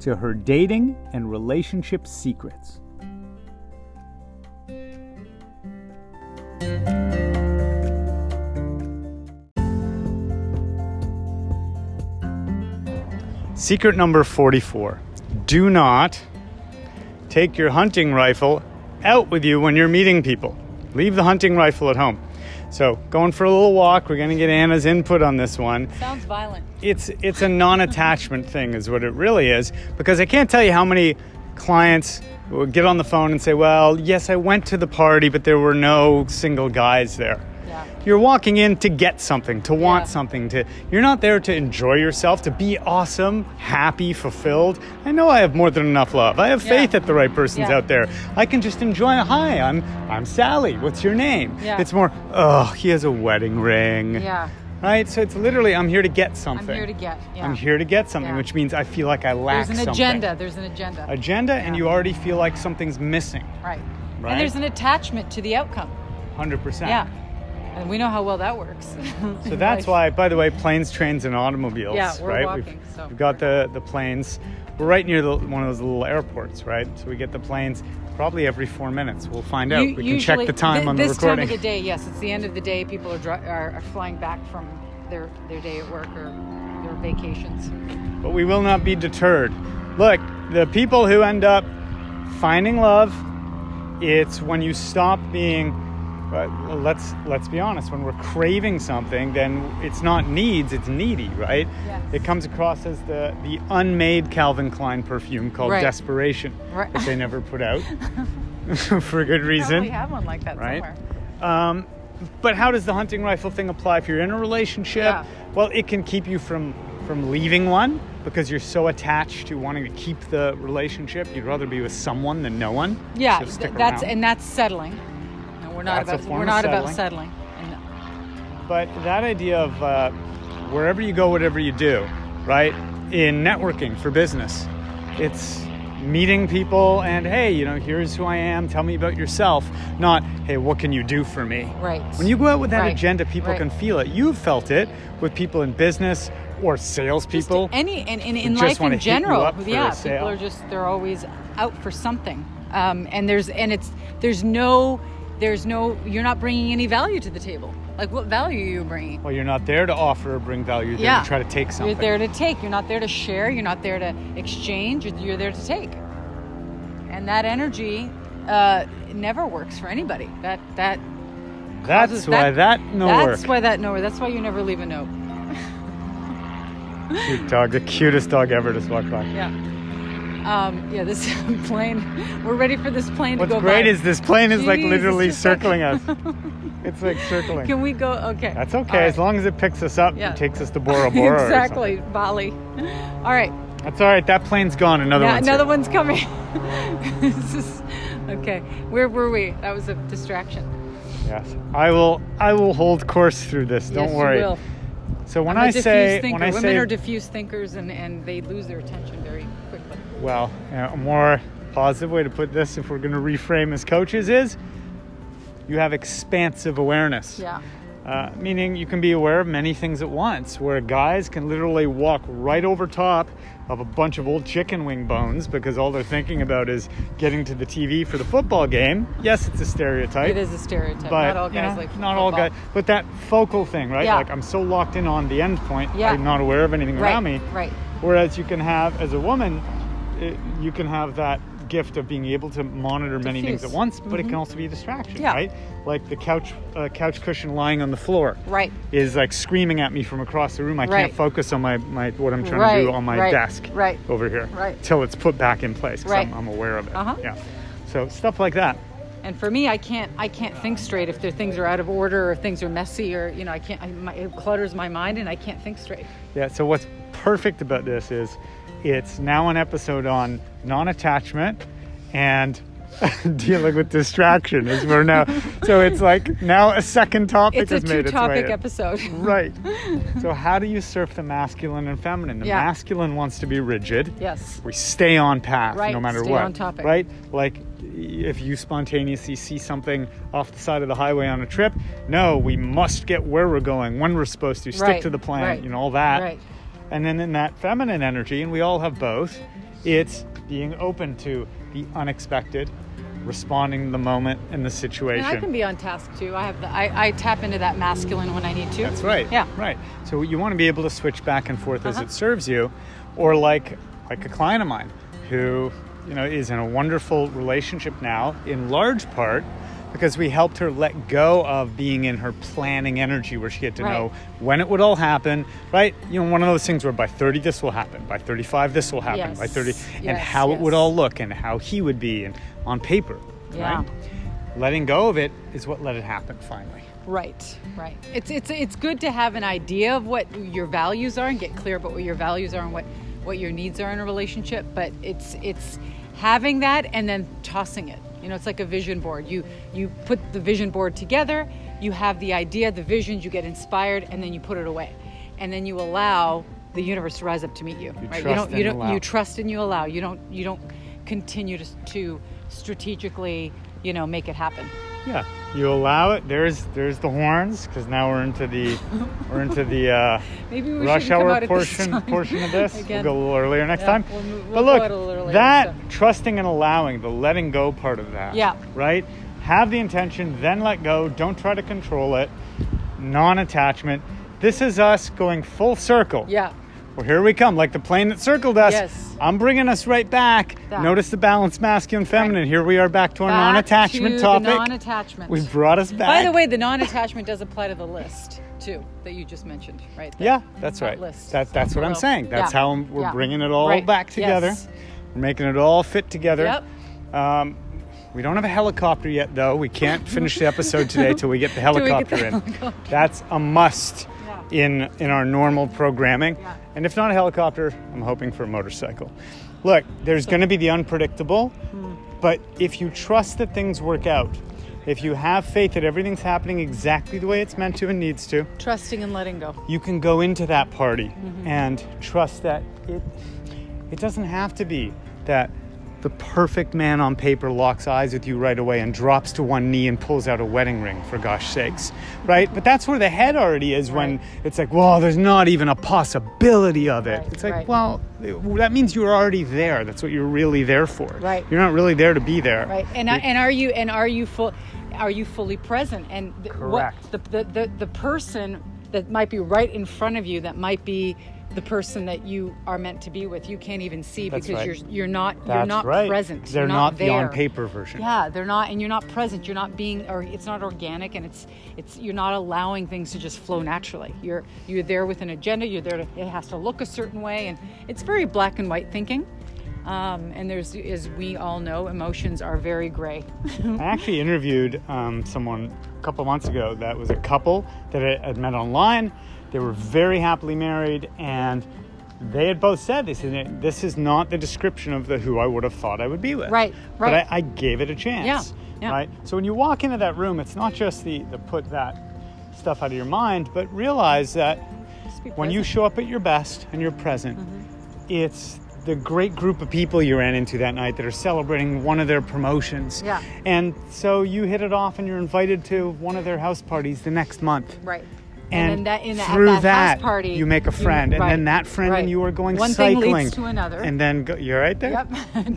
to her dating and relationship secrets. Secret number 44 do not take your hunting rifle out with you when you're meeting people. Leave the hunting rifle at home. So, going for a little walk. We're going to get Anna's input on this one Sounds violent. it's it's a non-attachment thing is what it really is because i can't tell you how many clients will get on the phone and say well yes i went to the party but there were no single guys there Yeah. you're walking in to get something to want Yeah. something to you're not there to enjoy yourself to be awesome happy fulfilled i know i have more than enough love i have Yeah. faith that the right person's Yeah. out there i can just enjoy hi i'm i'm sally what's your name Yeah. it's more oh he has a wedding ring Yeah. right so it's literally i'm here to get something I'm here to get. Yeah. I'm here to get something, Yeah. which means I feel like I lack There's an something. agenda. There's an agenda. Agenda, and you already feel like something's missing. right. Right? And there's an attachment to the outcome. 100%. Yeah. And we know how well that works. So that's why, by the way, planes, trains, and automobiles. Yeah, we're right? walking, we've, so- we've got the, the planes. We're right near the, one of those little airports, right? So we get the planes probably every four minutes. We'll find out. You- we can check usually- the time thi- on the this recording. time of the day, yes, it's the end of the day. People are, dri- are, are flying back from their, their day at work or their vacations. but we will not be deterred. Look, the people who end up finding love, it's when you stop being. Uh, let's let's be honest. When we're craving something, then it's not needs; it's needy, right? Yes. It comes across as the the unmade Calvin Klein perfume called Right. Desperation, Right. which they never put out for good reason Probably have one like that right? somewhere. Um, but how does the hunting rifle thing apply if you're in a relationship? Yeah. Well, it can keep you from from leaving one because you're so attached to wanting to keep the relationship. You'd rather be with someone than no one. Yeah, So stick th- that's around. and that's settling. No, we're not That's a about form we're of not about settling. And- But that idea of uh, wherever you go, whatever you do, right? In networking for business, it's meeting people and hey, you know, here's who I am. Tell me about yourself. Not hey, what can you do for me? Right. When you go out with that Right. agenda, people Right. can feel it. You've felt it with people in business or salespeople. Just any and, and in just life wanna in hit you general, up for a yeah, sale. people are just they're always out for something. Um, and there's and it's there's no there's no you're not bringing any value to the table. Like what value are you bringing? well, you're not there to offer or bring value. You're there yeah, to try to take something. You're there to take. You're not there to share. You're not there to exchange. You're, you're there to take. And that energy uh, never works for anybody. That that that's causes why that, no That's work. why that no work. That's why you never leave a note. Cute dog, the cutest dog ever just walked by. Yeah. Um, yeah, this plane. We're ready for this plane What's to go great by. is this plane is like Jeez, it's literally just like- circling us. It's like circling. Can we go? Okay. that's All okay right. as long as it picks us up Yeah. and takes us to Bora Bora. or exactly, Bali. All right. something. That's all right. That plane's gone. Another now, one's another here. one's coming. this is, okay. Where were we? That was a distraction. Yes. I will. I will hold course through this. Don't yes, worry. You will. So when I'm a I diffuse say thinker. when I women say are diffuse thinkers and, and they lose their attention very quickly. Well, a more positive way to put this, if we're going to reframe as coaches, is you have expansive awareness. Yeah. Uh, meaning you can be aware of many things at once, where guys can literally walk right over top of a bunch of old chicken wing bones because all they're thinking about is getting to the TV for the football game. Yes, it's a stereotype. It is a stereotype. But not all guys you know, like not all football. guys, but that focal thing, right? Yeah. Like I'm so locked in on the end point, Yeah. I'm not aware of anything Right. around me. Right. Whereas you can have, as a woman, it, you can have that gift of being able to monitor many things at Diffuse. Mm-hmm. once, but it can also be a distraction, Yeah. right? Like the couch uh, couch cushion lying on the floor Right. is like screaming at me from across the room. I can't Right. focus on my, my what I'm trying to do Right, on my right, desk right, over here right. till it's put back in place 'cause Right. I'm, I'm aware of it. Uh-huh. Yeah. So stuff like that. And for me, I can't I can't think straight if there things are out of order or if things are messy or you know I can't I, my, it clutters my mind and I can't think straight. Yeah. So what's perfect about this is it's now an episode on non-attachment and dealing with distraction as we're now. So it's like now a second topic It's a has made its way. two-topic in. episode. Right. So how do you surf the masculine and feminine? The Yeah. masculine wants to be rigid. yes. We stay on path Right, no matter stay what. on topic. Right? Like if you spontaneously see something off the side of the highway on a trip, no, we must get where we're going, when we're supposed to, stick Right, to the plan, right, you know, all that. right. And then in that feminine energy, and we all have both, it's being open to the unexpected, responding to the moment and the situation. And I can be on task too. I have the, I, I tap into that masculine when I need to. That's right. Yeah. Right. So you want to be able to switch back and forth as Uh-huh. it serves you, or like like a client of mine who you know is in a wonderful relationship now, in large part because we helped her let go of being in her planning energy where she had to Right. know when it would all happen right you know one of those things where by 30 this will happen by 35 this will happen by Yes. 30 and Yes, how it would yes. all look and how he would be and on paper Yeah. right letting go of it is what let it happen finally Right, right. It's it's it's good to have an idea of what your values are and get clear about what your values are and what what your needs are in a relationship, but it's it's having that and then tossing it. You know, it's like a vision board. You you put the vision board together, you have the idea, the visions, you get inspired and then you put it away. And then you allow the universe to rise up to meet You you. right? you trust don't you and don't allow. you trust and you allow. You don't you don't continue to to strategically, you know, make it happen. Yeah, you allow it. There's there's the horns because now we're into the we're into the uh, Maybe we rush shouldn't come hour out at this portion time. portion of this. Again. We'll go a little earlier next Yeah, time. we'll move- but we'll look, go out a little earlier, that so. trusting and allowing, the letting go part of that. Yeah. Right. Have the intention, then let go. Don't try to control it. Non-attachment. This is us going full circle. Yeah. Well, here we come, like the plane that circled us. Yes. I'm bringing us right back. Back. Notice the balance, masculine, feminine. Here we are back to our Back non-attachment to the topic. non-attachment. We've brought us back. By the way, the non-attachment does apply to the list too that you just mentioned, right? That- yeah, that's that right. list. That, that's what I'm Hello. saying. That's Yeah. how I'm- we're Yeah. bringing it all Right. back together. Yes. We're making it all fit together. Yep. Um, we don't have a helicopter yet, though. We can't finish the episode today till we get the we get helicopter the in. helicopter. That's a must Yeah. in in our normal programming. Yeah. And if not a helicopter, I'm hoping for a motorcycle. Look, there's going to be the unpredictable, Hmm. but if you trust that things work out, if you have faith that everything's happening exactly the way it's meant to and needs to, Trusting and letting go. you can go into that party Mm-hmm. and trust that it it doesn't have to be that the perfect man on paper locks eyes with you right away and drops to one knee and pulls out a wedding ring for gosh sakes right but that's where the head already is when Right. it's like well there's not even a possibility of it Right, it's like right. well that means you're already there that's what you're really there for Right. you're not really there to be there Right. And You're- and are you and are you full are you fully present and th- Correct. what the, the the the person that might be right in front of you that might be the person that you are meant to be with you can't even see That's because right. you're you're not you're That's not right. present. They're You're not, not the on there. paper version. Yeah, they're not and you're not present. You're not being or it's not organic and it's it's you're not allowing things to just flow naturally. You're you're there with an agenda, you're there to, it has to look a certain way and it's very black and white thinking. Um, and there's as we all know, emotions are very gray. Mm-hmm. I actually interviewed um, someone a couple months ago that was a couple that I had met online. They were very happily married, and they had both said this. And this is not the description of the who I would have thought I would be with. Right, But I, right. I gave it a chance. Yeah, yeah. Right. So when you walk into that room, it's not just the the put that stuff out of your mind, but realize that Just be when you present. Mm-hmm. show up at your best and you're present, it's the great group of people you ran into that night that are celebrating one of their promotions. Yeah. And so you hit it off and you're invited to one of their house parties the next month. right. And, then that in the, at through that, house that, party, you make a friend, and right, then that friend right. and you are going One cycling. thing leads to another. And then go, you're right there. Yep,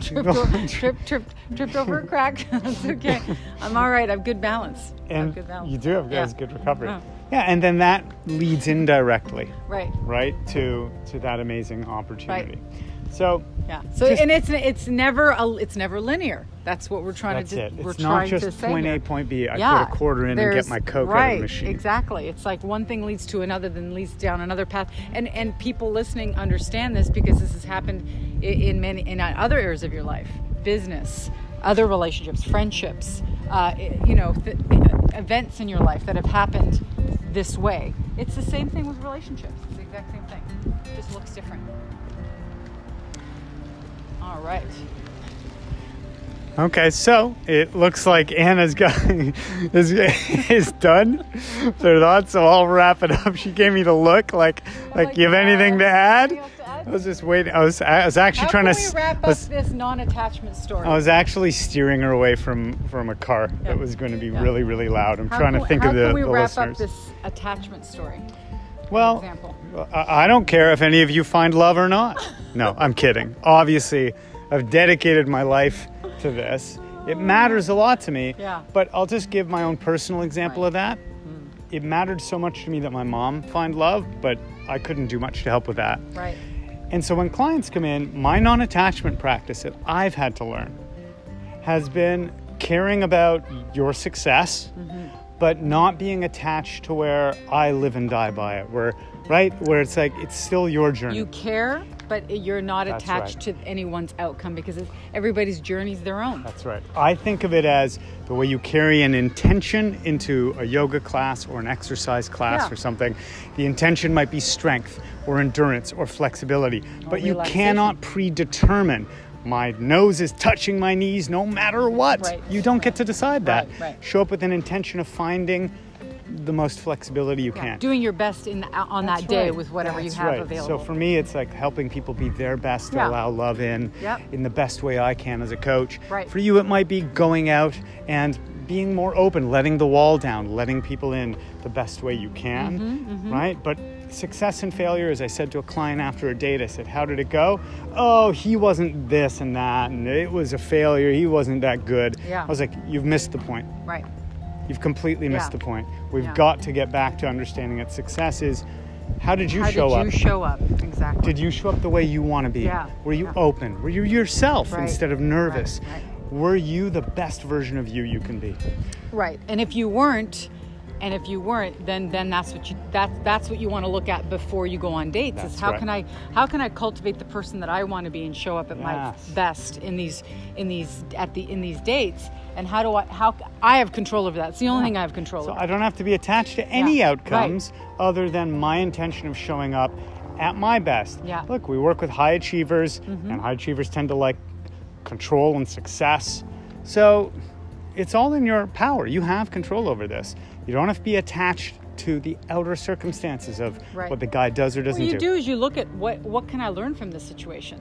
tripped, over, tripped, tripped, tripped over a crack. That's okay. I'm all right. I've good balance. I have And good balance. you do have Yeah. Uh-huh. guys good recovery. Yeah. Yeah, and then that leads indirectly, Right. right, to to that amazing opportunity. So Yeah. So Just- and it's it's never a, it's never linear. That's what we're trying That's to do. it. We're It's not trying to just say point here. A, point B. I yeah, put a quarter in and there's- get my Coke right, out of the machine. Exactly. It's like one thing leads to another, then leads down another path. And and people listening understand this because this has happened i- in many in other areas of your life, business, other relationships, friendships, uh, i- you know, th- events in your life that have happened this way. It's the same thing with relationships. It's the exact same thing. It just looks different. All right. Okay, so it looks like Anna's got is is done. Their thoughts, so I'll wrap it up. She gave me the look, like like, like, you have yeah, anything to add? anything else to add? I was just waiting. I was I was actually How trying can to we s- Oh, wrap I up was, this non-attachment story? I was actually steering her away from from a car Yeah. that was going to be Yeah. really really loud. I'm How trying can- to think how of the, can we the wrap listeners. up this attachment story? well, example? I I don't care if any of you find love or not. No, I'm kidding. Obviously, I've dedicated my life to this. It matters a lot to me. Yeah. Mm. But I'll just give my own personal example of that. It mattered so much to me that my mom found love, but I couldn't do much to help with that. Right. And so when clients come in, my non attachment practice that I've had to learn has been caring about your success, but not being attached to where I live and die by it, where, right? Where it's like, it's still your journey. You care, but you're not That's attached to anyone's outcome because it's, everybody's journey's their own. That's right. I think of it as the way you carry an intention into a yoga class or an exercise class Yeah. or something. The intention might be strength or endurance or flexibility, but you relaxation. cannot predetermine. My nose is touching my knees no matter what. Right. You don't get to decide that. Right, right. Show up with an intention of finding the most flexibility you Yeah, can. Doing your best in on That's that day right. with whatever That's you have right. available. So for me, it's like helping people be their best to Yeah. allow love in, Yep. in the best way I can as a coach. Right. For you, it might be going out and being more open, letting the wall down, letting people in the best way you can, Mm-hmm, right? But success and failure, as I said to a client after a date, I said, "How did it go? Oh, he wasn't this and that, and it was a failure. He wasn't that good." Yeah. I was like, "You've missed the point." right. You've completely missed the Yeah. point. We've Yeah. got to get back to understanding that success is how did you How show did up? you show up? Exactly. did you show up the way you want to be? Yeah. Were you Yeah. open? Were you yourself Right. instead of nervous? Right. Were you the best version of you you can be? right. And if you weren't, and if you weren't, then then that's what you that that's what you want to look at before you go on dates. That's is how right. can I how can I cultivate the person that I want to be and show up at Yes. my best in these in these at the in these dates? And how do I how I have control over that? It's the only thing I have control So over. I don't have to be attached to any Yeah. Right. outcomes other than my intention of showing up at my best. Yeah. Mm-hmm. Look, we work with high achievers, and high achievers tend to like control and success. So it's all in your power. You have control over this. You don't have to be attached to the outer circumstances of Right. what the guy does or doesn't What you do is you look at what what can I learn from this situation?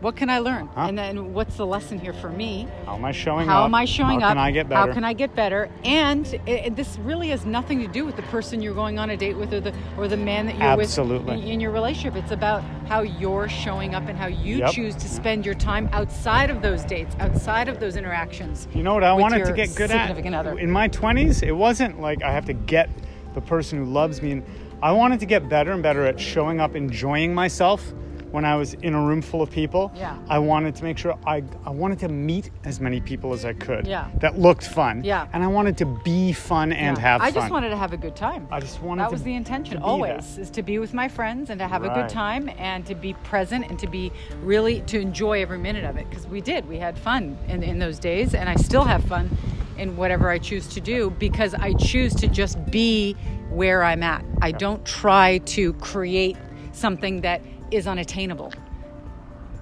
What can I learn? And then what's the lesson here for me? How am I showing up? How am I showing How up? can I get better? How can I get better? And it, it- this really has nothing to do with the person you're going on a date with, or the or the man that you're Absolutely. with in, in your relationship. It's about how you're showing up and how you Yep. choose to spend your time outside of those dates, outside of those interactions. You know what I with wanted your to get good at? significant other. In my 20s, it wasn't like I have to get the person who loves me. And I wanted to get better and better at showing up, enjoying myself when I was in a room full of people. Yeah. I wanted to make sure I, I wanted to meet as many people as I could Yeah. that looked fun. Yeah. And I wanted to be fun and Yeah. have I fun. just wanted to have a good time. I just wanted that to- was the to intention be always is to be with my friends and to have a Right. good time and to be present and to be really to enjoy every minute of it because we did we had fun in, in those days and I still have fun in whatever I choose to do because I choose to just be where I'm at. I don't try to create something that is unattainable.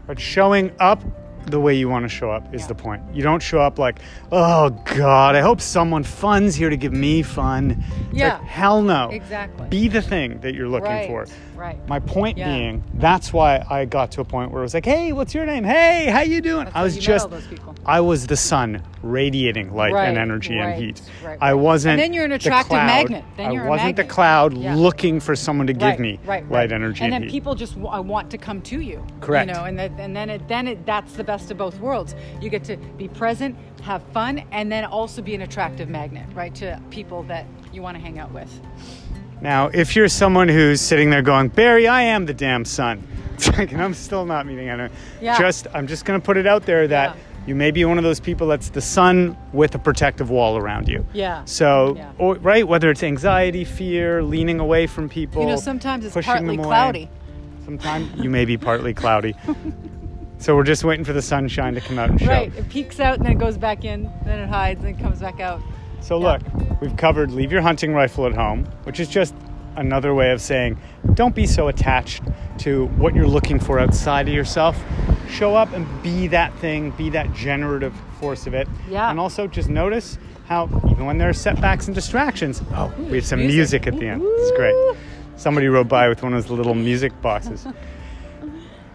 But showing up the way you want to show up is the point. You don't show up like, oh God, I hope someone fun's here to give me fun. It's Yeah. Like, Hell no. Exactly. Be the thing that you're looking Right, for. right. My point Yeah. being, that's why I got to a point where it was like, hey, what's your name? Hey, how you doing? That's I how was you met just all those people. I was the sun radiating light and Right, energy right, and heat. right, I right. wasn't And then you're an the attractive cloud. magnet. Then you're I a wasn't magnet. the cloud Yeah. looking for someone to give right, me right, light right. energy and, and then heat. people just w- want to come to you Correct. you know and, that, and then it then it that's the best of both worlds you get to be present have fun and then also be an attractive magnet right to people that you want to hang out with Now, if you're someone who's sitting there going, Barry, I am the damn son, it's like, and I'm still not meeting anyone. Yeah. Just, I'm just going to put it out there that Yeah. you may be one of those people that's the sun with a protective wall around you. Yeah. So, Yeah. Or, right, whether it's anxiety, fear, leaning away from people. you know sometimes it's pushing them partly away. cloudy Sometimes you may be partly cloudy. so we're just waiting for the sunshine to come out and show. right it peaks out and then it goes back in then it hides and it comes back out So Yeah. look, we've covered leave your hunting rifle at home, which is just another way of saying don't be so attached to what you're looking for outside of yourself. show up and be that thing, be that generative force of it. Yeah. And also just notice how even when there are setbacks and distractions, oh, we have some music. music, at the end. This is great. Woo! Somebody rode by with one of those little music boxes.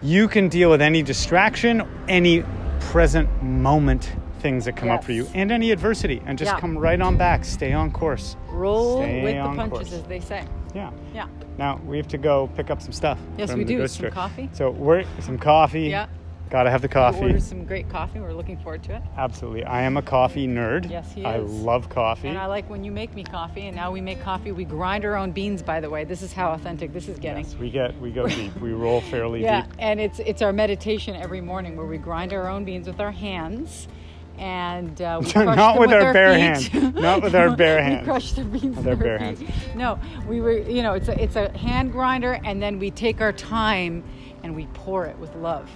you can deal with any distraction, any present moment things that come up for you, Yes. and any adversity, and just Yeah. come right on back. Stay on course. Roll Stay with the on punches, course. as they say. Yeah. Yeah. Now we have to go pick up some stuff. Yes, from we the do. grocery store. Some coffee. So we're some coffee. Yeah. Gotta have the We coffee. ordered some great coffee. We're looking forward to it. Absolutely. I am a coffee nerd. Yes, he I is. love coffee. And I like when you make me coffee. And now we make coffee. We grind our own beans, by the way. This is how authentic this is getting. yes, we get we go deep. We roll fairly Yeah, deep. and it's it's our meditation every morning where we grind our own beans with our hands, and uh, we crush Not them with with our bare feet. hands. Not with our bare hands. We crush the beans with our our bare feet. No, we were you know it's a it's a hand grinder, and then we take our time and we pour it with love.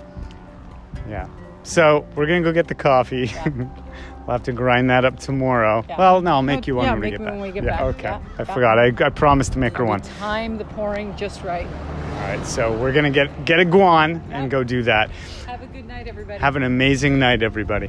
Yeah. So we're gonna go get the coffee. we'll have to grind that up tomorrow. Well, no, I'll make No, you one yeah, when, we make get me back. when we get yeah, back. Okay. Yeah, I yeah. forgot. I, I promised to make her We one. time the pouring just right. All right. So we're gonna get get a guan Yeah. and go do that. Have a good night, everybody. Have an amazing night, everybody.